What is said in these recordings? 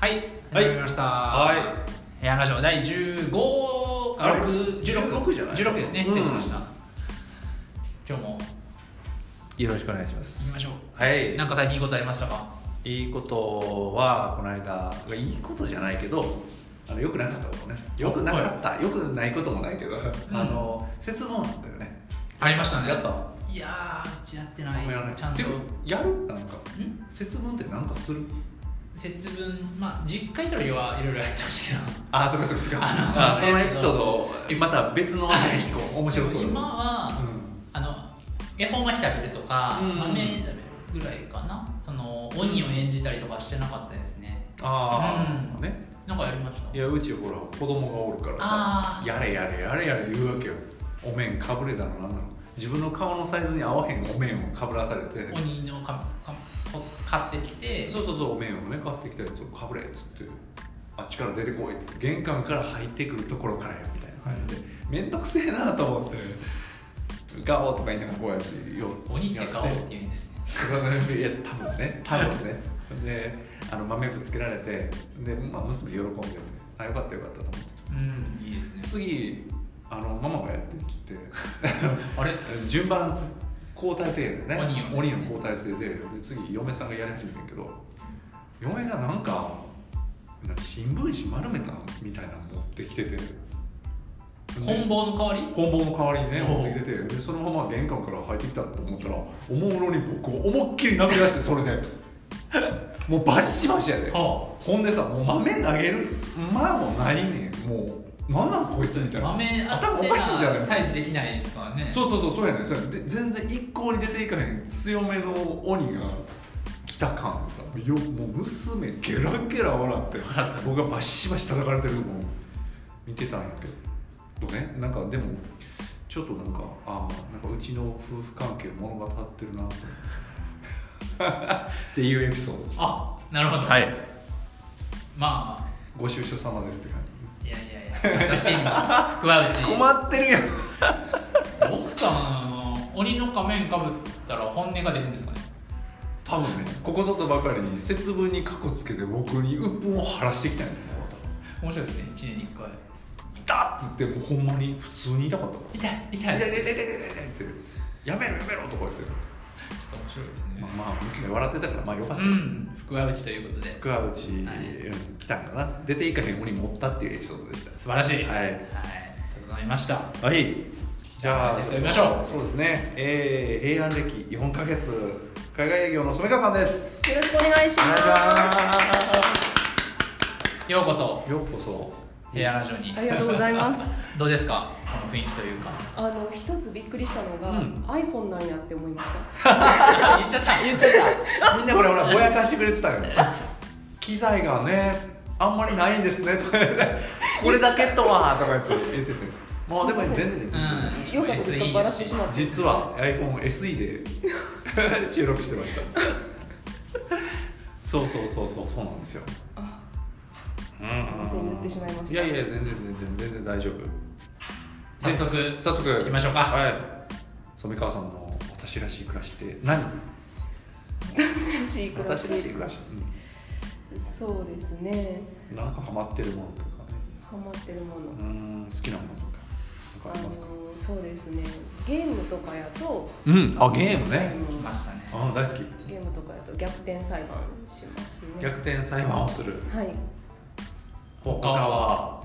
はい、はい始まりました。は部屋ラジオ第15かあれ6、16 16じゃない16ですね、うん失礼しました。今日もよろしくお願いしま行きすましょはう。いなんか最近いいことありましたか。いいことはこの間いいことじゃないけどあのよくなかったことねよくなかった、よくないこともないけど、あの節分なんだよねありましたね。やったいやー、うちやってない。やらないちゃんとで。もやるなんかん節分ってなんかする節分、まあ、実家いたりはいろいろやってましたけど。あそっかそっかそっかあの あそのエピソードをまた別の話に聞こう面白そでうも今うんは、あの、恵方巻き食べるとか、うん豆食べるぐらいかな。その、鬼を演じたりとかしてなかったですね。ああ、うんねなんかやりましたい。やうちほら子供がおるからあさやれやれやれやれ言うわけよお面かぶれたのなんなの自分の顔のサイズに合わへんお面をかぶらされて鬼のかかこ買ってきてそうそうそうお面をね買ってきたやつをかぶれっつってあっちから出てこいって玄関から入ってくるところからやみたいな感じで面倒くせえなと思ってガボとか言いながらこうやってよ鬼って顔っやて言うんですねいや多分ね多分ねであの豆ぶつけられてで、まあ、娘喜んでてあよかったよかったと思ってうんいいです次あのママがやってって言ってあれ順番交代制やね鬼をね鬼の交代制でで次嫁さんがやり始めてんけど嫁がなんかなんか新聞紙丸めたみたいなの持ってきてて棍棒の代わり棍棒の代わりにねおう持ってきててでそのまま玄関から入ってきたと思ったらおもむろに僕を思いっきり殴り出してそ れでもうバシバシやではほんでさもう豆投げるまあもうないねんもうなんなんこいつみたいな豆あ頭っおてかしいんじゃない退治できないですからねそうそうそうそうやねんそうやねんで全然一向に出ていかへん強めの鬼が来た感でさよもう娘ゲラゲラ笑って僕がバシバシ叩かれてるのを見てたんやけどねなんかでもちょっとなんかああなんかうちの夫婦関係物語ってるなと思ってっていうエピソーあなるほどドはいまご愁傷様ですって感あいやいやいや私今福は内 じ困ってるやん奥さん鬼の仮面かぶったら本音が出るんですかね多分ねここぞとばかりに節分にかこつけて僕に鬱憤を晴らしてきたんやと思う多分面白いですね1年に1回だっつってもうほんまに普通に痛かったか痛い痛ら「いいちょっやいやいやいやいやいやって「やめろやめろ」とか言ってと面白いですねまあまあ娘笑ってたからまあよかっうたん福は内ということで福はうちはいうん来たんかな出ていかへん鬼持ったっていうエピソードでした素晴らしいはいありがとうございましたはいじゃあじゃあ見ましょうそうですねえー平安歴4か月海外営業の染川さんですよろしくお願いおし願いしまようこそますようこそヘアラジオにす。ありがとうございます。どうですかこの雰囲気と いうかあの一つびっくりしたのが、うん iPhone なんやって思いました。言っちゃった言っちゃ ったみんなほらほらぼやかしてくれてたよ機材がねあんまりないんですねとか言ってこれだけとはとか言って言っててまあでも全然です、うんよかったですか SE バラしてしまって。実は iPhoneSE で 収録してましたそうそうそうそうそうなんですよあうんすいません言ってしまいましたやいや全然全然全然大丈夫早速早速行きましょうかはい染川さんの私らしい暮らしって何私らしい暮らし私らしい暮らし、そうですね。うん、なんかハマってるものとかねハマってるもの。うーん好きなものとかなんかあありのますかそうですね。ゲームとかやと、うんあゲームあねの来ましたねあ大好きゲームとかやと逆転裁判しますね。逆転裁判をするはい。他は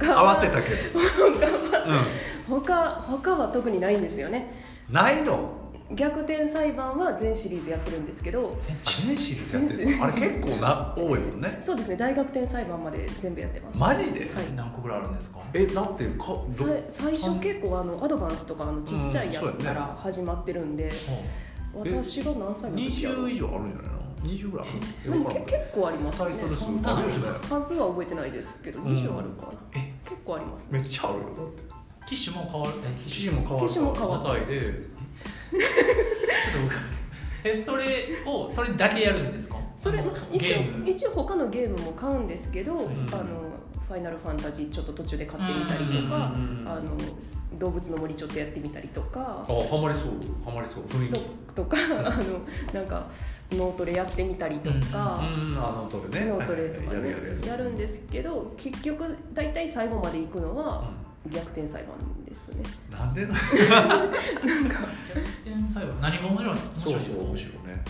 他は合わせたけどう他他は特にないんですよね。んないの逆転裁判は全シリーズやってるんですけど。全シリーズやってるあれ結構な多いもんねそうですね大逆転裁判まで全部やってますマジではい何個ぐらいあるんですかえだってかどさ最初結構あのアドバンスとかあのちっちゃいやうんつそうやかねら始まってるんで、え私が何歳の時やろ20以上あるんじゃないの20ぐらいあでるもけ結構ありますタねイトル数そんあなるよね数は覚えてないですけうどん20あるかな、え結構ありますねめっちゃあるよだって機種も変わるえ機機種種も変わる機種も変わったるちでょっと僕 えそれをそれだけやるんですかそれまあ一ゲ応ーム一応他のゲームも買うんですけど、うんあのファイナルファンタジーちょっと途中で買ってみたりとか、うんうんうんうんあの動物の森ちょっとやってみたりとかあハマりそうハマりそう雰囲気ととかあのなんか脳トレやってみたりとうか、んあのトレね脳トレとかはいはいはいやるねやるやるんですけど結局大体最後まで行くのはう逆転裁判ですね。んなんでななんか全体は何が面白いの面白いですか面白いね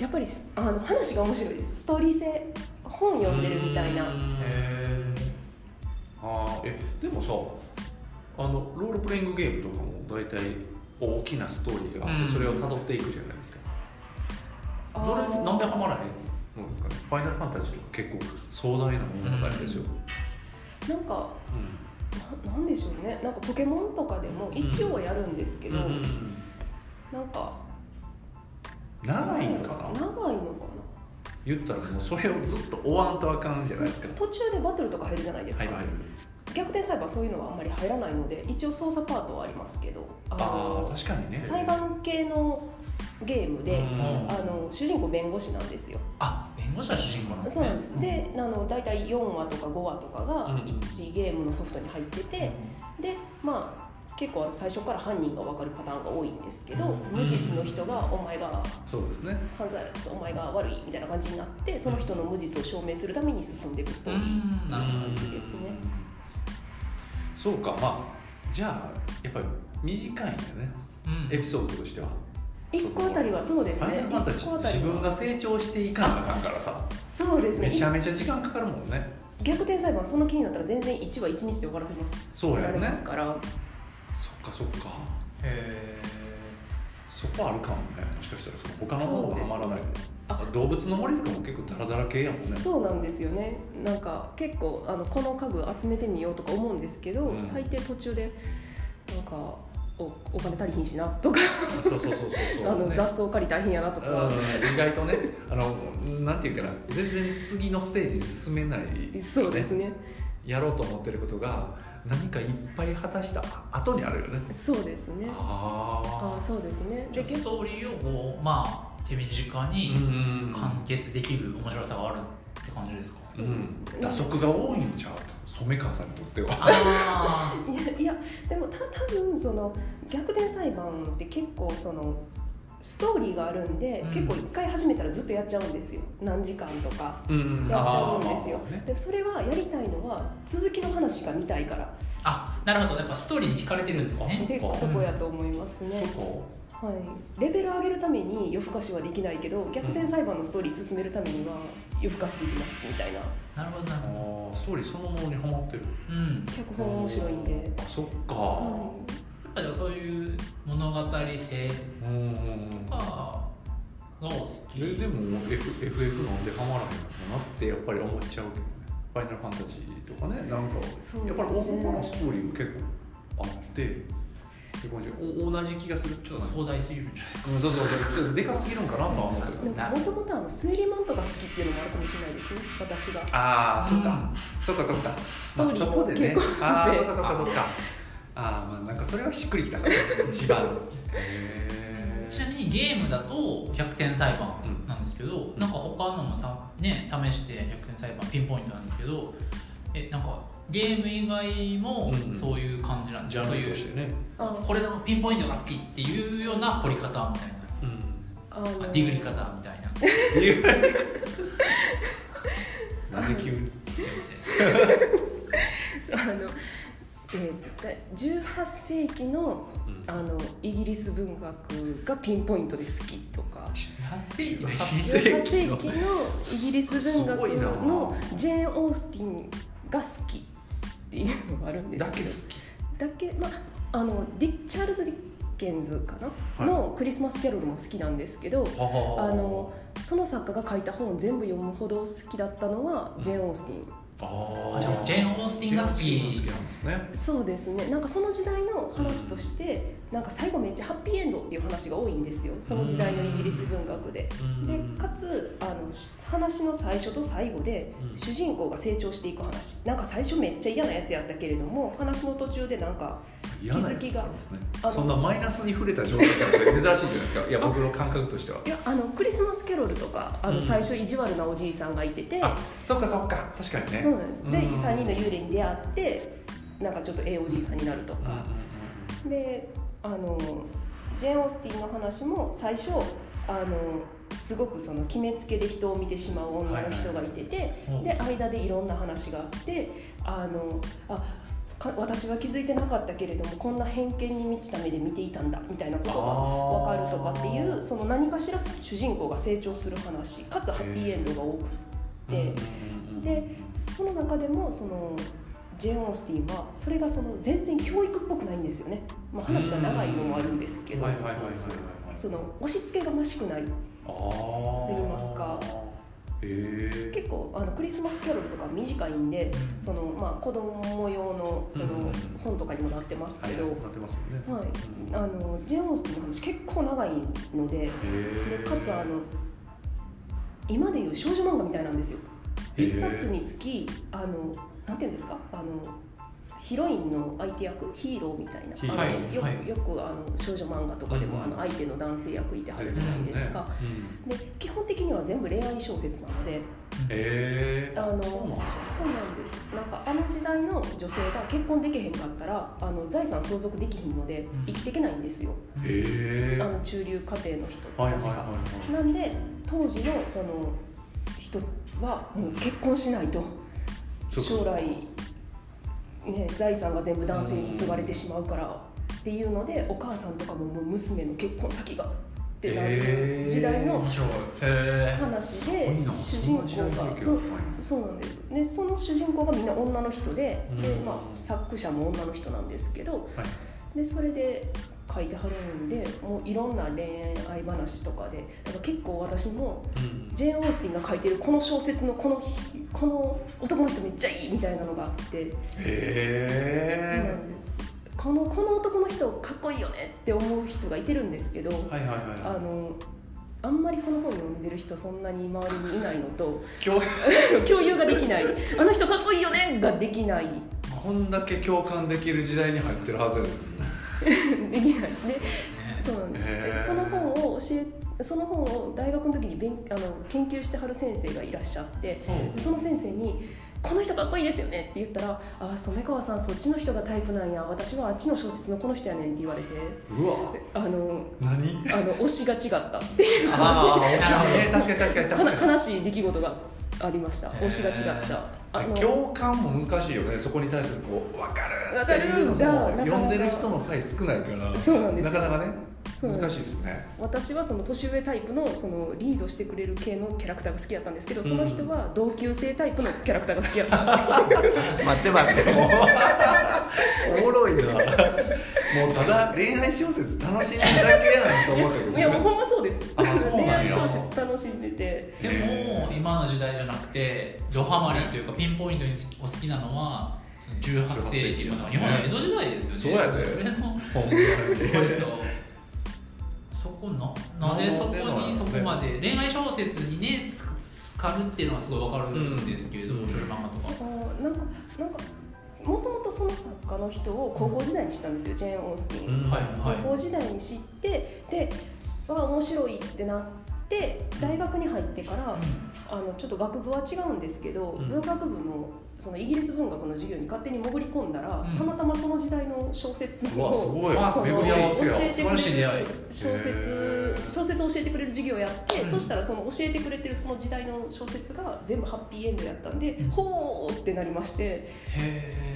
やっぱりあの話が面白いですストーリー性本読んでるみたいなうーんへあーえでもさあのロールプレイングゲームとかも大体大きなストーリーがあって、うんそれを辿っていくじゃないですかあどれーなんでハマらへんのですかねファイナルファンタジーとか結構壮大な物語ですよ、なんかうななんでしょうねなんかポケモンとかでも一応やるんですけんど、うんうんなんか長いんかな長いのか言ったらもうそれをずっと追わんとあかんじゃないですかな途中でバトルとか入るじゃないですか、入る入る逆転裁判そういうのはあんまり入らないので一応捜査パートはありますけどああのあ確かにね裁判系のゲームで、うんあの主人公弁護士なんですよあ弁護士は主人公なんですそうねなんです、であの大体4話とか5話とかがうん1ゲームのソフトに入ってて、でまあ結構最初から犯人が分かるパターンが多いんですけうど、ん無実の人が「お前がそうですね犯罪お前が悪い」みたいな感じになってその人の無実を証明するために進んでいくストーリーうんなるほど感じですねそうかまあじゃあやっぱり短いんだねうんエピソードとしては1個あたりはそうですファイナルねファンタジ1個ーあた自り分はが成長していかなあかんからさそうですねめちゃめちゃ時間かかるもんね逆転裁判その気になったら全然1話1日で終わらせますそうやらろれねますからそっかそっかへそこあるかもねもしかしたらその他の方はハマらないそうあ動物の森とかも結構ダラダラ系やもんねそうなんですよねなんか結構あのこの家具集めてみようとか思うんですけど、うん大抵途中でなんかおお金足りひんしなとか、そうそうそうそうそう あのね雑草借り大変やなとか、うん意外とねあのなんていうかな全然次のステージに進めない、そうですねやろうと思ってることが何かいっぱい果たした後にあるよねそうですねあああそうですねえでス結構トーリーをこうまあ手短うにん完結できる面白さがあるって感じですか、うそうでんすね打足が多いんちゃう染川さんにとってはああいやいやでもた多分その逆転裁判って結構そのストーリーがあるんで、うん結構一回始めたらずっとやっちゃうんですよ何時間とかうんやっちゃうんですよあーねでそれはやりたいのは続きの話が見たいからあなるほどやっぱストーリーに惹かれてるんですあそねうってかとこやと思いますね、そはい、レベル上げるために夜更かしはできないけど逆転裁判のストーリー進めるためには夜更かしできますみたいななるほどなうるかあほどーストーリーそのものにハマってるうん脚本面白いんで、あそっか、はやっぱりそういう物語性うんががお好きえでも F FF なんでハマらへんのかなってやっぱり思っちゃうけどねファイナルファンタジーとかねなんかそうでやっすねぱり男のストーリーも結構あってって感じお同じ気がするちょっとなんか壮大すぎるんじゃないですかうんそうそうそうちょっとでかすぎるんかなとは思ったけい、どでももともとあの推理マンとか好きっていうのもあるかもしれないですね私がああそっうかんそっかそっかストまーあリーそこもでね結構ああしてそっかそっかそっかあーまあなんかそれはしっくりきた一番へちなみにゲームだと100点裁判うんなんですけど、なんか他のもた、ね、試して100点裁判ピンポイントなんですけどえなんかゲーム以外もうんそういう感じなんですジか、そうャンルいとうしてねあこれのピンポイントが好きっていうような掘り方みたいなうんあのあディグリ方みたいな なんで急に先あの、えー、18世紀のあのイギリス文学がピンポイントで好きとか生18世紀のイギリス世紀のす18世紀のイギリス文ごいな学のジェーン・オースティンが好きっていうのがあるんですだけ好きどだけまああのディチャールズ・ディッケンズかな、はいの「クリスマス・キャロル」も好きなんですけどああのその作家が書いた本を全部読むほど好きだったのはジェーン・オースティン、ああじゃあジェーン・オースティンが好ジェーンオースきティンが好きなんですねそうですねなんかその時代の話として、なんか最後めっちゃハッピーエンドっていう話が多いんですよその時代のイギリス文学で。でかつあのし話の最初と最後でうん主人公が成長していく話なんか最初めっちゃ嫌なやつやったけれども話の途中でなんか嫌なやつ気づきがですねあのそんなマイナスに触れた状態って珍しいじゃないです かいや僕の感覚としてはいやあのクリスマスキャロルとかあうのん最初意地悪なおじいさんがいてて、あそっかそっか確かにねそうなんですでうん3人の幽霊に出会ってなんかちょっとええおじいさんになるとうんうんか、であのジェーン・オースティンの話も最初あのすごくその決めつけで人を見てしまう女の人がいてて、うんうんで間でいろんな話があってあのあか私は気づいてなかったけれどもこんな偏見に満ちた目で見ていたんだみたいなことがあ分ーかるとかっていうその何かしら主人公が成長する話かつハッピーエンドが多くっうんて。うんうんうんでその中でもそのジェーン・オースティンはそれがその全然教育っぽくないんですよね、まあ、話が長いのもあるんですけどはいはいはいはいはいはいその押し付けがましくないああと言いますかへえ結構あのクリスマスキャロルとか短いんでうんその、まあ、子供用のそのうんうんうん本とかにもなってますけはいど、はいなってますよねはいうんあのジェーン・オースティンの話結構長いのででへえかつあの今でいう少女漫画みたいなんですよへえ一冊につきあのなんていうんですかあのヒロインの相手役ヒーローみたいなヒーローあのよ,、はいよくあの少女漫画とかでも、うんあの相手の男性役いてはるじゃないですか、うんで基本的には全部恋愛小説なのでへえあそのうなんですそうなんですなんかあの時代の女性が結婚できへんかったらあの財産相続できひんのでうん生きていけないんですよ、へえあの中流家庭の人って確か。はいはいはいはなんで当時のその人はもう結婚しないとそう将来、ね、財産が全部男性に継がれてしまうからっていうのでお母さんとかももう娘の結婚先がってなへるー時代の面白いへ話いでいな主人そん公な時代背景だったがそうんやそうなんですでその主人公がみんな女の人ででう、んまあ、作者も女の人なんですけどはいでそれで書いてはるんでもういろんな恋愛話とかでだから結構私もうんジェーン・オースティンが書いてるこの小説のこの日この男の人めっちゃいいみたいなのがあって、へそうなんですこのこの男の人かっこいいよねって思う人がいてるんですけど、えはいはいはいあのあんまりこの本読んでる人そんなに周りにいないのと共 共有ができないあの人かっこいいよねができない こんだけ共感できる時代に入ってるはずやのにできないでえそうなんです、へーその本を教えその本を大学の時に勉あの研究してはる先生がいらっしゃってでその先生に「この人かっこいいですよね」って言ったら「ああ染川さんそっちの人がタイプなんや私はあっちの小説のこの人やねん」って言われてうわあの何あの推しが 違ったっていうああ、話惜しいね、確かに確かに確かにかな悲しい出来事がありました推しが違った。 あの共感も難しいよねそこに対するこう分かるわっかてるいうのがなもかなか読んでる人の回少ないからそうなんですよなかなかねそうなんで難すしいですよね私はその年上タイプのそのリードしてくれる系のキャラクターが好きだったんですけどその人は同級生タイプのキャラクターが好きだったんです待って待ってもうおもろいなもうただ恋愛小説楽しんでるだけやんと 思ったけどいねやもうほんまそうですあそうなん恋や愛小説楽しんでてでへもー今の時代じゃなくてドハマりというかピンポイントにお好きなのは18世紀まあ日本の江戸時代ですよねそうやでそれのほんまえっにとそこななぜそこにそこまで恋愛小説にねつつかるっていうのはすごいわかるんですけれども、うん少女漫画とかあーなんかなんかもともとその作家の人を高校時代に知ったんですよ、ジェーン・オースティン、うんはい高は校時代に知ってでわあ面白いってなって大学に入ってから、いあのちょっと学部は違うんですけど、うん文学部のそのイギリス文学の授業に勝手に潜り込んだら、うんたまたまその時代の小説うわすをごいあその巡り合わせ教やえてく素晴らしいれ出会いる小へ説ー小説を教えてくれる授業をやって、うんそしたらその教えてくれてるその時代の小説が全部ハッピーエンドやったんで、うんほーってなりましてへい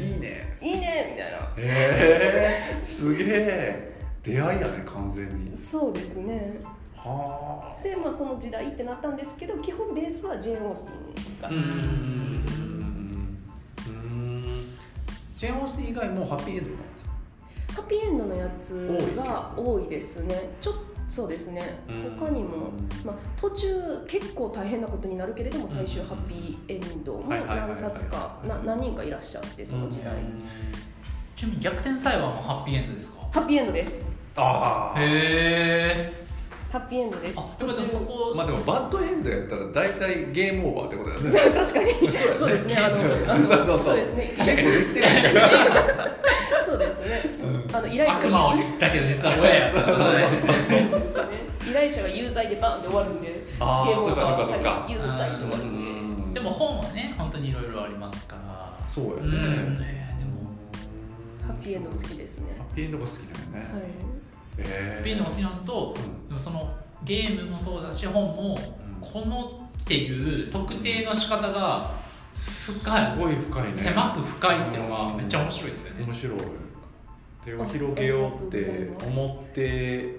えいねいいねみたいなえー、すげえ出会いやね完全にそうですねはでまあその時代ってなったんですけど基本ベースはジェーン・オースティンがあ好うき、んうんジェーン・オースティン以外もハッピーエンドなんですかハッピーエンドのやつは多多いですねちょっとそうですねうん他にも、まあ、途中結構大変なことになるけれども最終うんハッピーエンドもはいはいはいはい何冊かな何人かいらっしゃってその時代、うんちなみに逆転裁判もハッピーエンドですかハッピーエンドですああへえハッピーエンドですあでもじゃあ途中そこまあでもバッドエンドやったら大体ゲームオーバーってことだよねそう 確かにそうやねそうですねあのそうあのそうそうそうそうですね確かにできてないからそうですねうんあの依頼者悪魔を言ったけど実は親やったそうですねそうですね依頼者が有罪でバンで終わるんでゲあーームオーバーそうかそうか有そうか罪で終わるうんでんでも本はね本当にいろいろありますからそうやうねんねでもピエンド好きですねあピエンドが好きだよね、はいえーピエンドが好きなのとでもそのゲームもそうだし本もうんこのっていう特定の仕方が深いすごい深いね狭く深いっていうのがめっちゃ面白いですよね面白い手を広げようって思って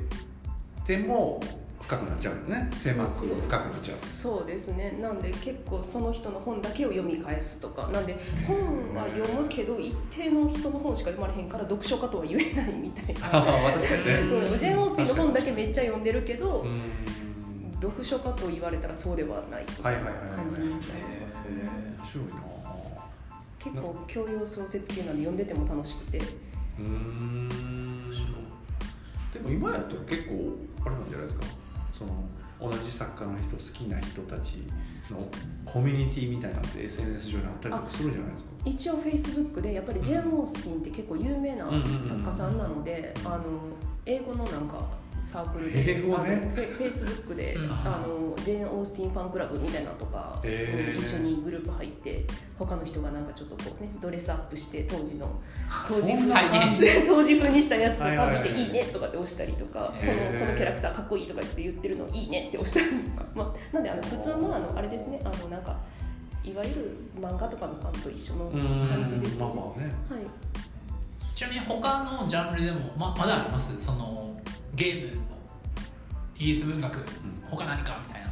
ても深くなっちゃうよね狭く深くなっちゃうそうですねなんで結構その人の本だけを読み返すとかなんで本は読むけど一定の人の本しか読まれへんから読書家とは言えないみたいな 確かにねんそうジェーン・オースティンの本だけめっちゃ読んでるけど、うん読書家と言われたらそうではないはいはいはいはい感じになりますね、面白いな結構教養小説系なんで読んでても楽しくてうんでも今やったら結構あれなんじゃないですかその同じ作家の人好きな人たちのコミュニティみたいなのって SNS 上にあったりとかするんじゃないですか一応フェイスブックでやっぱりジェーン・オースティンって結構有名なうんうんうんうん作家さんなので、あの英語のなんかサークルで英語ねあのフェフェイスブックで、うんあのジェーン・オースティンファンクラブみたいなのとか、へー一緒にグループ入って他の人がなんかちょっとこうねドレスアップして当 時の当そ時ん風な感じ 当時風にしたやつとはいはいかはい見て「いいね」とかって押したりとか「このへーこのキャラクターかっこいい」とかって言ってるの「いいね」って押したりと か、まあ、なんであの普通のあのあれですねあのなんかいわゆる漫画とかのファンと一緒の感じですね。まあはまあねい、ちなみに他のジャンルでもままだありますそのゲームのイギリス文学他何かみたいな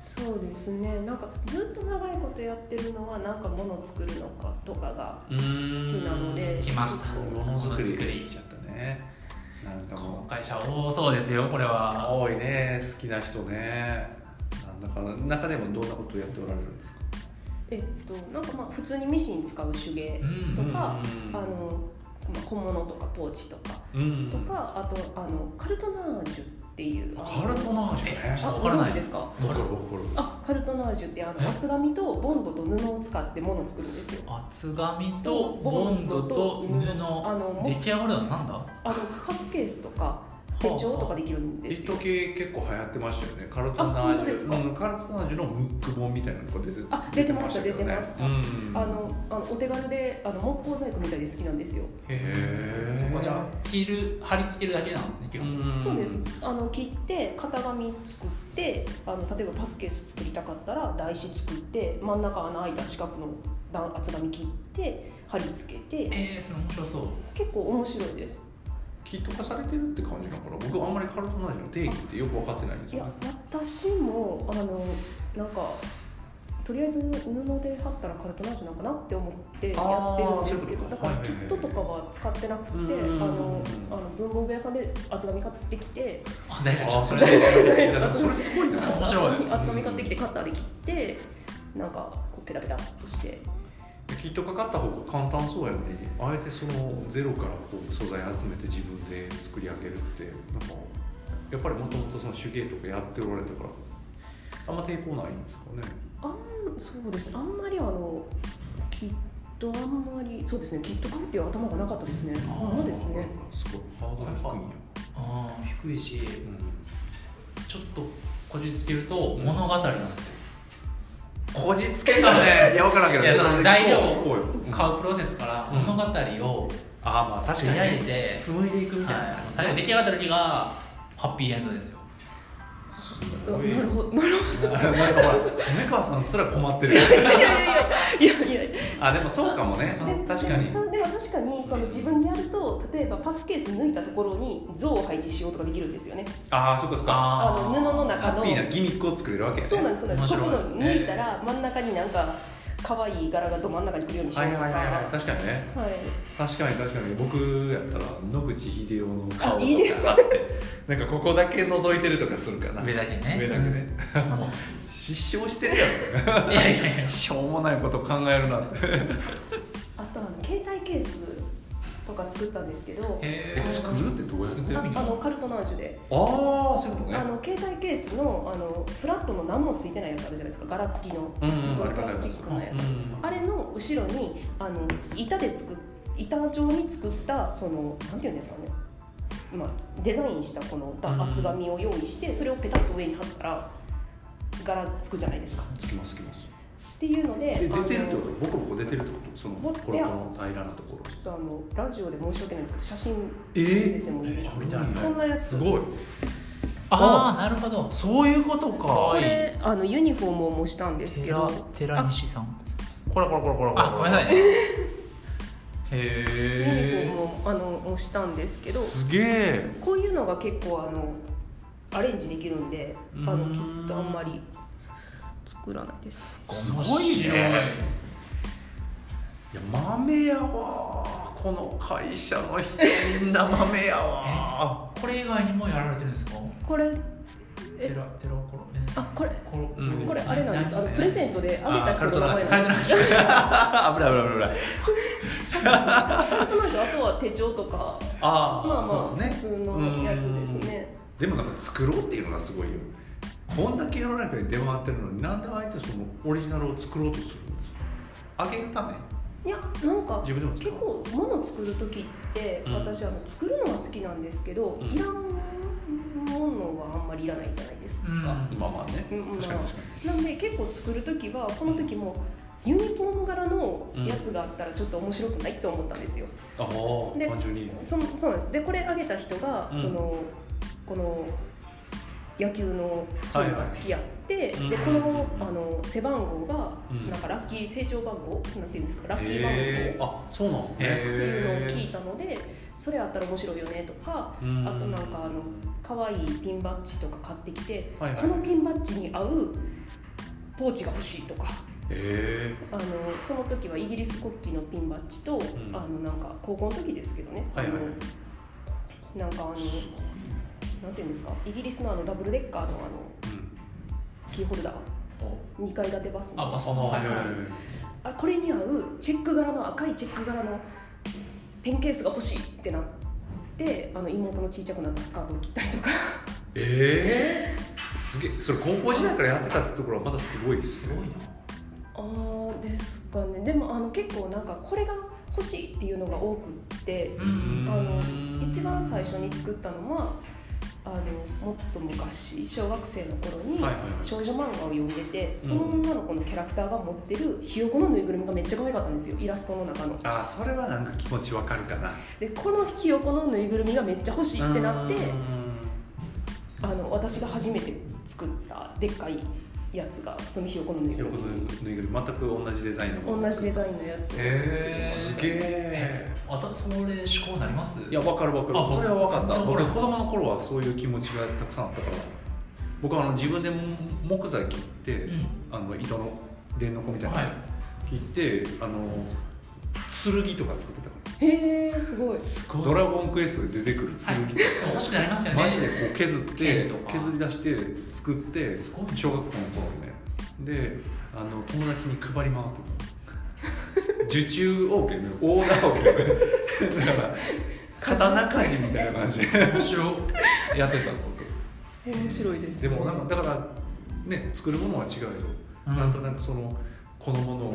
そうですねなんかずっと長いことやってるのはなんかもの作るのかとかが好き好きなので来ましたものづくりものづくりできちゃったねなんかこのも会社多そうですよこれうは多いね好きな人ねなんだか中でもどんなことをやっておられるんですかえっとなんかまあ普通にミシン使う手芸とか、うんあのまあ小物とかポーチとかうんとかあとあのカルトナージュっていうあのカルトナージュねあわごからない存知ですかわかるわかるあカルトナージュってあえの厚紙とボンドと布を使って物を作るんですよ厚紙とボンドと布あの出来上がるのはなんだあのパスケースとか手帳とかできるんです一よ時結構流行ってましたよねカルトあナ本ー当ジですかュ、うん、カルトナージュのムック本みたいなのが出てあ出てましたけどね出てましたうん、あのあのお手軽であの木工細工みたいで好きなんですよ、へーそっかじゃあ切る貼り付けるだけなんですね基本、んそうですあの切って型紙作ってあの例えばパスケース作りたかったら台紙作って真ん中穴開いた四角の段厚紙切って貼り付けてえー、それ面白そう結構面白いですキット化されてるって感じだから僕あんまりカルトナージュの定義ってよく分かってないんですいよやね私もあのなんかとりあえず布で貼ったらカルトナージュなんかなって思ってやってるんであーそすけどういうことだからはいはいはいキットとかは使ってなくて、うんうんうんあのあの文房具屋さんで厚紙買ってきてあ大丈あ夫ー そそれれでいやでもそれすごいな面白い厚紙厚紙買ってきてカッターで切ってなんかこうペタペタっとしてきっとかかった方が簡単そうやのにあえてそのゼロからこう素材集めて自分で作り上げるってなんかやっぱりもともとその手芸とかやっておられたからあんま抵抗ないんですかねあんそうですねあんまりあのきっとあんまりそうですねきっと買うっていう頭がなかったですねあーそうですねすごいハードル低いんや、あー低いしうちょっとこじつけると物語なんですよん、こじつけたねいや分からんけどいやちょっと聞こう材料聞こうよ買うプロセスからうん物語を、ああまあ確作かに、り上げて紡いでいくみたいな、はい、最後出来上がった時がハッピーエンドです よすうわごいなるほどなるほなんかほら染川さんすら困ってるどいやいやいやいやいや あでもそうかもねでも確かにでもでも確かにその自分でやると例えばパスケース抜いたところに像を配置しようとかできるんですよねああそっかそっかあのー布の中ハのッピーなギミックを作れるわけやねそうなんですそうなんです面白そこいの抜いたら真ん中になんか可愛い柄がど真ん中に来るようにしよはういとかはいはいはい確かにねはい確かに確かに僕やったら野口英世の顔あいいねとかあって なんかここだけ覗いてるとかするかな上だけね上だけね もう失笑してるやいやいやいやろしょうもないこと考えるなってあとあの携帯ケースとか作ったんですけどへえ作るってどうやってすごいあなああのカルトナージュで、ーそういうことねあの携帯ケースのあのフラットの何もついてないやつあるじゃないですか柄付きの、うんうんそあのりプがラとうございますスチックのやつ、うんあれの後ろにあの板で作っ板状に作ったそのなんていうんですかね、まあ、デザインしたこのうんだ厚紙を用意してそれをペタッと上に貼ったら柄つくじゃないですかつきますつきますっていうのでえ出てるってあこのとボコボコ出てるってことそのぼコロコロの平らなところちょっとあのラジオで申し訳ないんですけど写真え出てもいいですか、みたいこんなやつすごいああなるほどそういうことかはこいれあのユニフォームを模したんですけ寺ど寺西さんこれこれこれこれこれあごめんなさいねユニフォーへムをあの模したんですけどすげえこういうのが結構あのアレンジできるんであうのーんきっとあんまり作らないですえすごいねいや豆やわこの会社の人みんな豆や わこれ以外にもやられてるんですかこれ寺え寺コロえあこれコロうんこれあれなんですあの何プレゼントであげた人の名前書ないんてですなかっあ危ない危ない危ないあとなんかあとは手帳とかあまああまそうあね普通のやつですねでもなんか作ろうっていうのがすごいよこんだけ世の中に出回ってるのになんであえてそのオリジナルを作ろうとするんですかあげるためいやなんか自分でも作結る構物作る時ってうん私あの作るのは好きなんですけど、うんいらんものはあんまりいらないじゃないですか、うんまあまあねうんうん確かに確かなんで結構作る時はこの時もユニフォーム柄のやつがあったらちょっと面白くないと思ったんですよ、にでああ単純にそのそうなんですでこれあげた人が、うんそのこの野球のチームが好きやって、はいでうんこのうんあの背番号がうんなんかラッキー成長番号なんていうんですかラッキー番号へえあそうなんですへねえっていうのを聞いたのでそれあったら面白いよねとかうんあとなんかあの可愛いピンバッジとか買ってきて、はいはいこのピンバッジに合うポーチが欲しいとかへえあのその時はイギリス国旗のピンバッジと、んあのなんか高校の時ですけどね、はいはいはいあのなんかあのすごいなんていうんですかイギリスのあのダブルデッカーのあのうんキーホルダー2階建てバスのあバスあのはいいはいはいあこれに合うチェック柄の赤いチェック柄のペンケースが欲しいってなってあの妹の小さくなったスカートを切ったりとかええすげえそれ高校時代からやってたってところはまだすごいですすごいねなあーですかねでもあの結構なんかこれが欲しいっていうのが多くってうあんの一番最初に作ったのはあのもっと昔小学生の頃にはいはいはい少女漫画を読んでてその女の子のキャラクターが持ってるひよこのぬいぐるみがめっちゃ可愛かったんですよイラストの中の。あそれはなんか気持ちわかるかなでこのひよこのぬいぐるみがめっちゃ欲しいってなって。うんあの私が初めて作ったでっかいやつがそのひよこのぬいぐひよるこのみぬいぐるみ全く同じデザインのもの同じデザインのやつへえすすげげえあたそれ思考になりますいや分かる分かあるそれは分かったそう僕子供の頃はそういう気持ちがたくさんあったから僕はあの自分でも木材切って、うんあの糸の電の子みたいな、はい切ってあの剣とか作ってたかへえすごいらドラゴンクエストで出てくる剣とか、欲しくなりますよねマジでこう削って剣とか削り出して作ってすごいね小学校の頃ねであの友達に配り回ってた受注オーケーねオーダーオーケーねだから刀鍛冶みたいな感じで 面白いやってたんです面白いですでもなんかだからね作るものは違うよ、うんなんとなくそのこのものを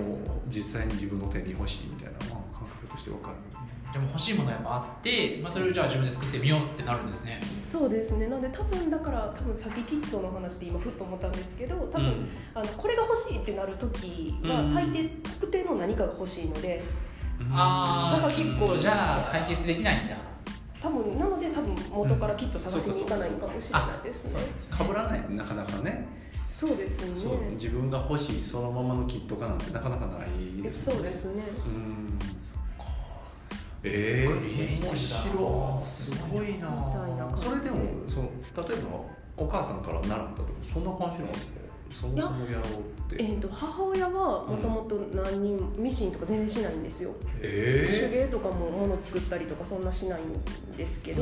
実際に自分の手に欲しいみたいな、まあ、感覚としてわかるでも欲しいものやっぱあって、まあ、それをじゃあ自分で作ってみようってなるんですねそうですねなので多分だから多分先キットの話で今ふっと思ったんですけど多分、うんあのこれが欲しいってなる時はうん大抵特定の何かが欲しいのでああなんか結構じゃあ解決できないんだ多分なので多分元からキット探しに行かないかもしれないですね、かぶらないなかなかねそうですねそう自分が欲しいそのままのキットかなんてなかなかないえですそうですねうんええクリエイティブだ面白いすごいなみたいな感じでそれでもその例えばお母さんから習ったとかそんな感じなんですかそもそもやろうってえー、と母親はもともと何人、ミシンとか全然しないんですよ手え芸とかも物作ったりとかそんなしないんですけど、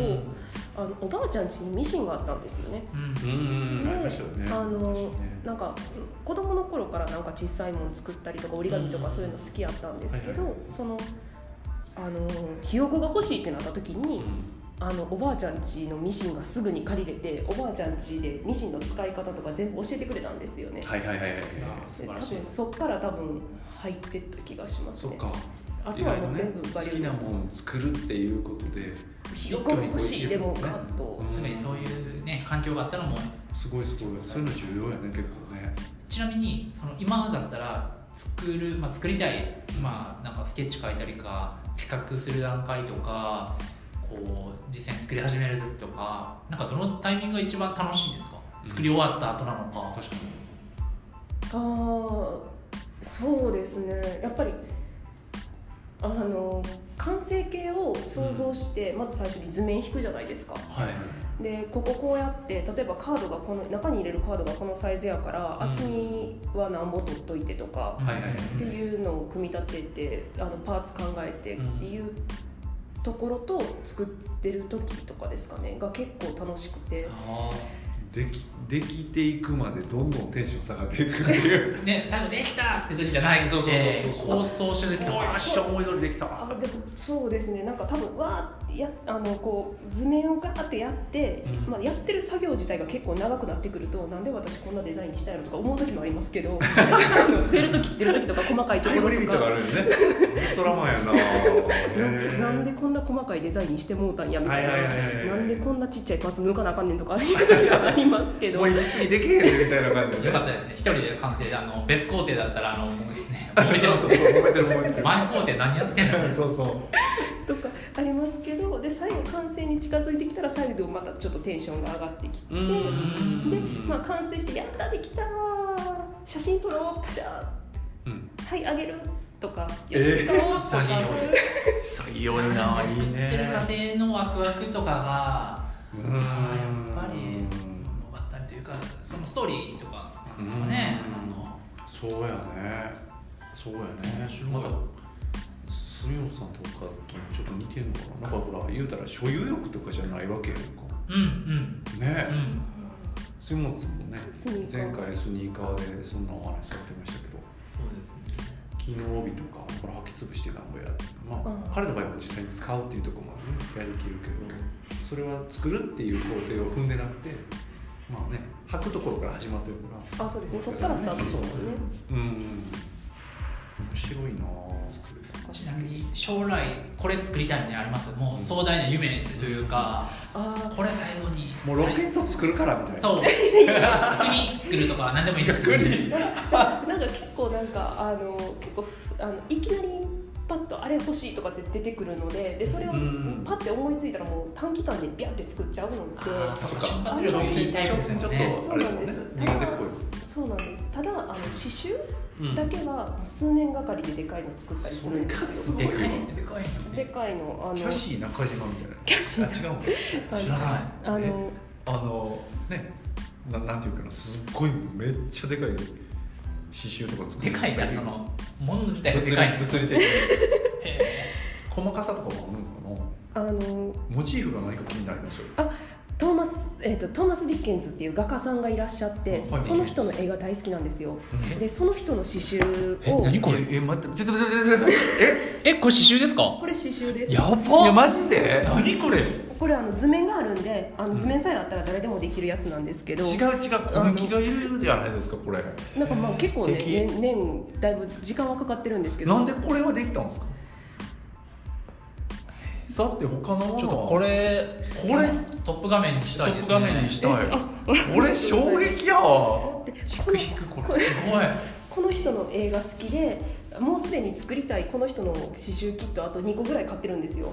あのおばあちゃん家にミシンがあったんですよね。うんえうんうんでありましたよねあの確かにねなんか子供の頃からなんか小さいもの作ったりとか折り紙とうかんそういうの好きやったんですけど、はいはいそのあのひよこが欲しいってなった時に、うあのおばあちゃん家のミシンがすぐに借りれておばあちゃん家でミシンの使い方とか全部教えてくれたんですよねん。はいはいはいはいはい素で晴ら多分しいそっから多分入ってった気がしますそっね。かあ意とは外ともうね全部好バリきューなですも。のを作るっていうことでひよこが欲しいでもガッとうんすごいそういうね環境があったのもすごいすごいそういうの重要やね結構ねちなみにその今だったら作る、まあ、作りたい、まあ、なんかスケッチ書いたりか企画する段階とかこう実際に作り始める時とかなんかどのタイミングが一番楽しいんですか作り終わった後なのか、確かにあーそうですねやっぱりあの完成形を想像して、まず最初に図面引くじゃないですかはいでこここうやって例えばカードがこの中に入れるカードがこのサイズやから、うん厚みは何ぼ取っといてとか、はいはいっていうのを組み立ててあのパーツ考えてっていうところと作ってる時とかですかねが結構楽しくてあできできていくまでどんどんテンション下がっていくっていうーね最後できたって時じゃないそうそうそうそう構想してる時とかよっしゃ思い通りできたあでもそうですねなんか多分わーってやあのこう図面をガーってやって、うんまあ、やってる作業自体が結構長くなってくるとなんで私こんなデザインにしたいのとか思う時もありますけどあの増える時切ってる時とか細かいとタこイろムリミとットがあか。るよねウルトラマンやななへーなんでこんな細かいデザインにしてもうたんやみたいはいはいはいはいななんでこんなちっちゃいパーツ抜かなあかんねんとかありますけどもう息継ぎできへんでみたいな感じでよねかったですね一人で完成であの別工程だったらあのもうねそう揉めてますそうそうね揉めてる揉めてる前の工程何やってんのそうそうとかありますけどで最後完成に近づいてきたら再度またちょっとテンションが上がってきてうでん、まあ、完成して「やったできた写真撮ろうパシャうんはいあげる」とか「えーよし撮ろう」とか、詐欺作業にないい作ってる過ね程のワクワクとかがうんあーやっぱり物語というかそのストーリーとかなんですかねうんなんかそうやねそうやねまた住吉さんとかともちょっと似てるのかななんかほら言うたら所有欲とかじゃないわけやんかうんうんうねえん杉本さんもねスニーカ前ー回スニーカーでそんなお話されてましたけどそうですね金曜日とかこれ履き潰してなんぼやまあ、うん彼の場合は実際に使うっていうところまでねやりきるけどそれは作るっていう工程を踏んでなくてまあね履くところから始まってるからあそうですねそっからスタートですもんねうん面白いなぁちなみに将来これ作りたいみたいなのありますもう壮大な夢というか、あーこれ最後にもうロケット作るからみたいなそう国作るとか何でもいいんですけど逆になんか結構なんかあの結構あのいきなりパッとあれ欲しいとかって出てくるのででそれをうんパッて思いついたらもう短期間でビャって作っちゃうのであーそっかそっ瞬か発力いいタイプですもんちょっねとあれですもんねそうなんです苦手っぽいそうなんですただあの刺繍うんだけはもう数年がかりででかいの作ったりするんですそよれでがかいねでかいのでねかいのあのキャシー中島みたいなキャシーあ違うのはい知らないあのあのねななんていうかなすっごいめっちゃでかい刺繍とか作でるかいなそのもの自体が物で理かいんです物理的にへ細かさとかもあるのかあのなモチーフが何か気になりますよトーマス、えっとトーマス・ディッケンズっていう画家さんがいらっしゃって、はいはいその人の絵が大好きなんですよえでその人の刺繍えを何これえ待ってちょっと待って待って待ってええこれ刺繍ですかこれ刺繍ですやいやばマジで何これ違これあの図面があるんであの図面さえあったら誰でもできるやつなんですけど違う違う根気がいるじゃないですかこれなんかまあ結構素ね敵年年だいぶ時間はかかってるんですけどなんでこれはできたんですかだって他のものはちょっとこれこれトップ画面にしトたいでッすねプ画面にしたいあこれ衝撃やわで引こくの引くこれすごいこの人の映画好きでもうすでに作りたいこの人の刺繍キットあと2個ぐらい買ってるんですよ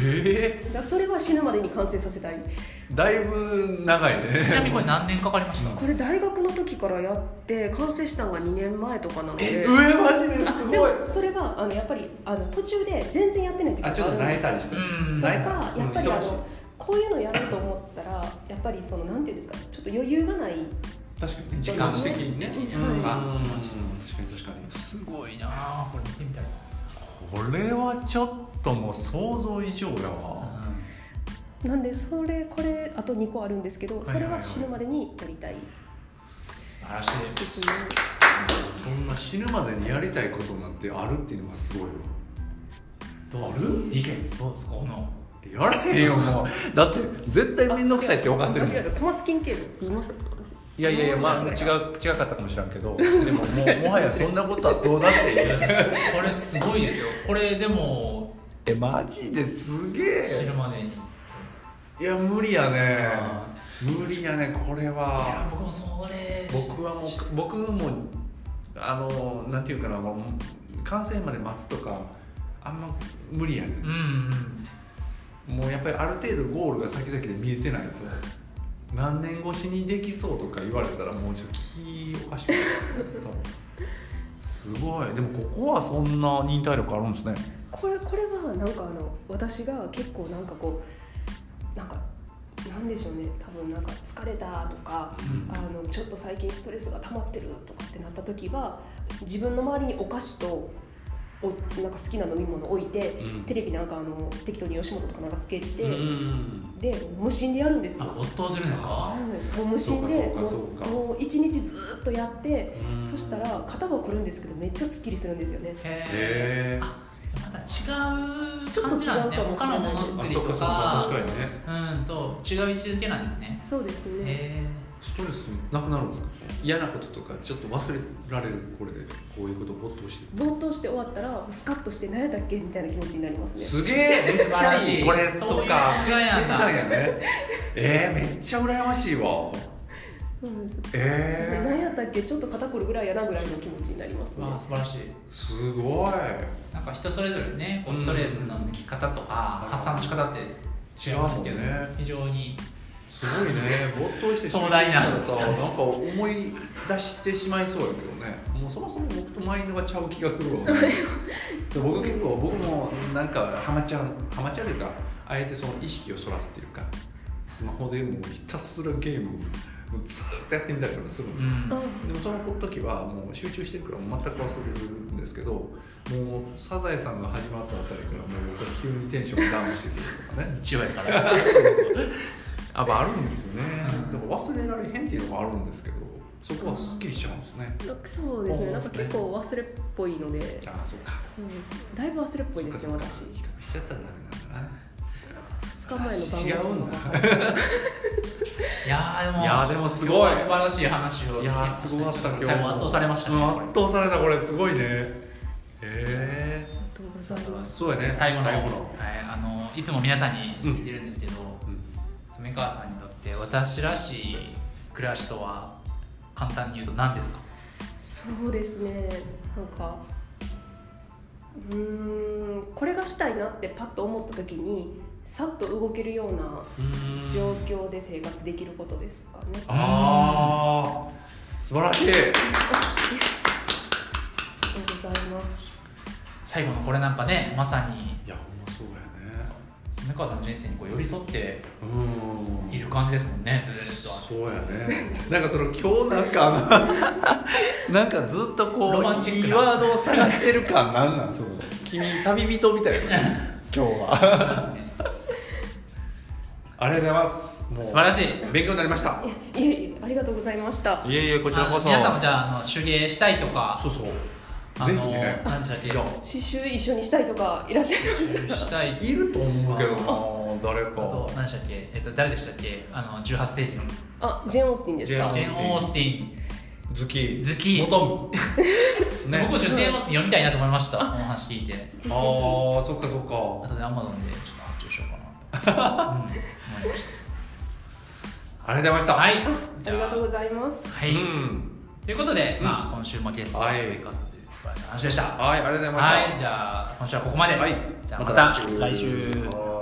えだからそれは死ぬまでに完成させたいー、だいぶ長いねちなみにこれ何年かかりましたこれ大学の時からやって完成したのが2年前とかなのでえ上マジですでごいもそれはあのやっぱりあの途中で全然やってない時がああちょっるとん慣でれすたりしてうんとか慣れやたっぱりうんあ忙しいのこういうのやろうと思ったらやっぱりそのなんていうんですかちょっと余裕がない確かにね時間気持ち的にねうんあ気持ち確かに確かにすごいなあこれ見てみたいなこれはちょっともう想像以上やわなんでそれこれあと2個あるんですけどはいはいそはいれは死ぬまでにやりたい素晴らしいですねそんな死ぬまでにやりたいことなんてあるっていうのがすごいわどうあるディケンズどうですかこのやらへんよもうだって絶対面倒くさいって分かってるもん間違えたトマスキンケール言いましたいやいやいやまあ違う違かったかもしらんけ どでももうもはやそんなことはどうだってい いこれすごいですよこれでもえマジですげ知えるまでにいいや無理やねあ無理やねこれやは僕もそれ僕はもう僕もあのなんていうかなもう完成まで待つとかあんま無理やねうんうんもうやっぱりある程度ゴールが先々で見えてないと何年越しにできそうとか言われたらもうちょっと気おかしくなる多分すごいでもここはそんな忍耐力あるんですねこれこれはなんかあの私が結構なんかこうなんかなんでしょうね多分なんか疲れたとかうんあのちょっと最近ストレスが溜まってるとかってなった時は自分の周りにお菓子とおなんか好きな飲み物置いて、うんテレビなんかあの適当に吉本とかなんかつけて、うんで無心でやるんですあよ。没頭するんですかそうなんですもう無心でそうかそうかそうかもうもう一日ずっとやって、うんそしたら肩は来るんですけどめっちゃすっきりするんですよね。へえへえあまた違うちょっと感じなんですね違う他かもしれのなものいでづくあすりそとっかそっかか確かにねうんと違う位置づけなんですねそうですね。へストレスなくなるんですか嫌なこととかちょっと忘れられるこれでこういうことぼっとしてぼーっとして終わったらスカッとして何やったっけみたいな気持ちになりますね。すげえめっちゃい いこれそうそいうっかぐらいなんだそうや ねえー、めっちゃ羨ましいわそうなんです。で何やえったっけちょっと肩こるぐらいやなぐらいの気持ちになりますえねわあ。素晴らしいー、すごいなんか人それぞれねこうストレスの抜き方とかうん発散の仕方って違いますけど違うもんね非常にすごいね没頭して壮大な集中したらさなんか思い出してしまいそうやけどねもうそもそも僕とマインドがちゃう気が するわ、ね、そう僕結構僕もなんかハマっちゃうハマっちゃうというかあえてその意識をそらすっていうかスマホでもうひたすらゲームをずーっとやってみたりとかするんでうすよ、んあでもその時はもう集中してるから全く忘れるんですけどもう「サザエさん」が始まったあたりからもう僕は急にテンションダウンしてくるとかね一話やから あまああるんですよねうんだから忘れられへんっていうのがあるんですけどそこはすっきりしちゃうんですねなんかそうですね。なんか結構忘れっぽいので。そうですああそっかだいぶ忘れっぽいそっでかすそねっか私。比較しちゃったらダメなんだ二日前の晩ご飯違 いやーでもいやーでもすごい今日は素晴らしい話をないやーすごかった今日も最後圧倒されましたね、うんこれ圧倒されたこれすごいねへえありがとうございます。そうやね最後のはい、あのいつも皆さんにうん言ってるんですけど、うん爪川さんにとって私らしい暮らしとは簡単に言うと何ですかそうですねなんかうーんこれがしたいなってパッと思った時にさっと動けるようなうん状況で生活できることですかね。ああ素晴らしいありがとうございます。最後のこれなんかねまさにいやほんまそうやね爪川さんの人生にこう寄り添ってうんいる感じですもんねずーっとそうやねなんかその今日なんかあ のなんかずっとこロマンチッうクいないワードを探してる感なんなんその君旅人みたいな今日はそうですねありがとうございますも う素晴らしい勉強になりましたいえいえありがとうございました。いえいえこちらこそあ皆さんもじゃああの手芸したいとかそうそうあぜのひねなんでしたっけ刺繍一緒にしたいとかいらっしゃいま した。したいいると思うけどな誰あとか何でしたっけえっと誰でしたっけあの18世紀のあ、ジェーンオースティンですか。ジェーン・オースティンズキズキ求 む僕もちょっとジェーン・オースティン読みたいなと思いましたこの話聞いてぜひぜひああそっかそっあかとでアマゾンでちょっと発注しようかなと、うん、思いましありがとうございましたたはいあじあゃりあがとうございます。はい、うんということで、うんまあ、今週もゲストははいスペイカーという素晴らしい話でしたははいありがとうございましたいじゃあ今週はここまで、はいじゃあまたまた来来週週はい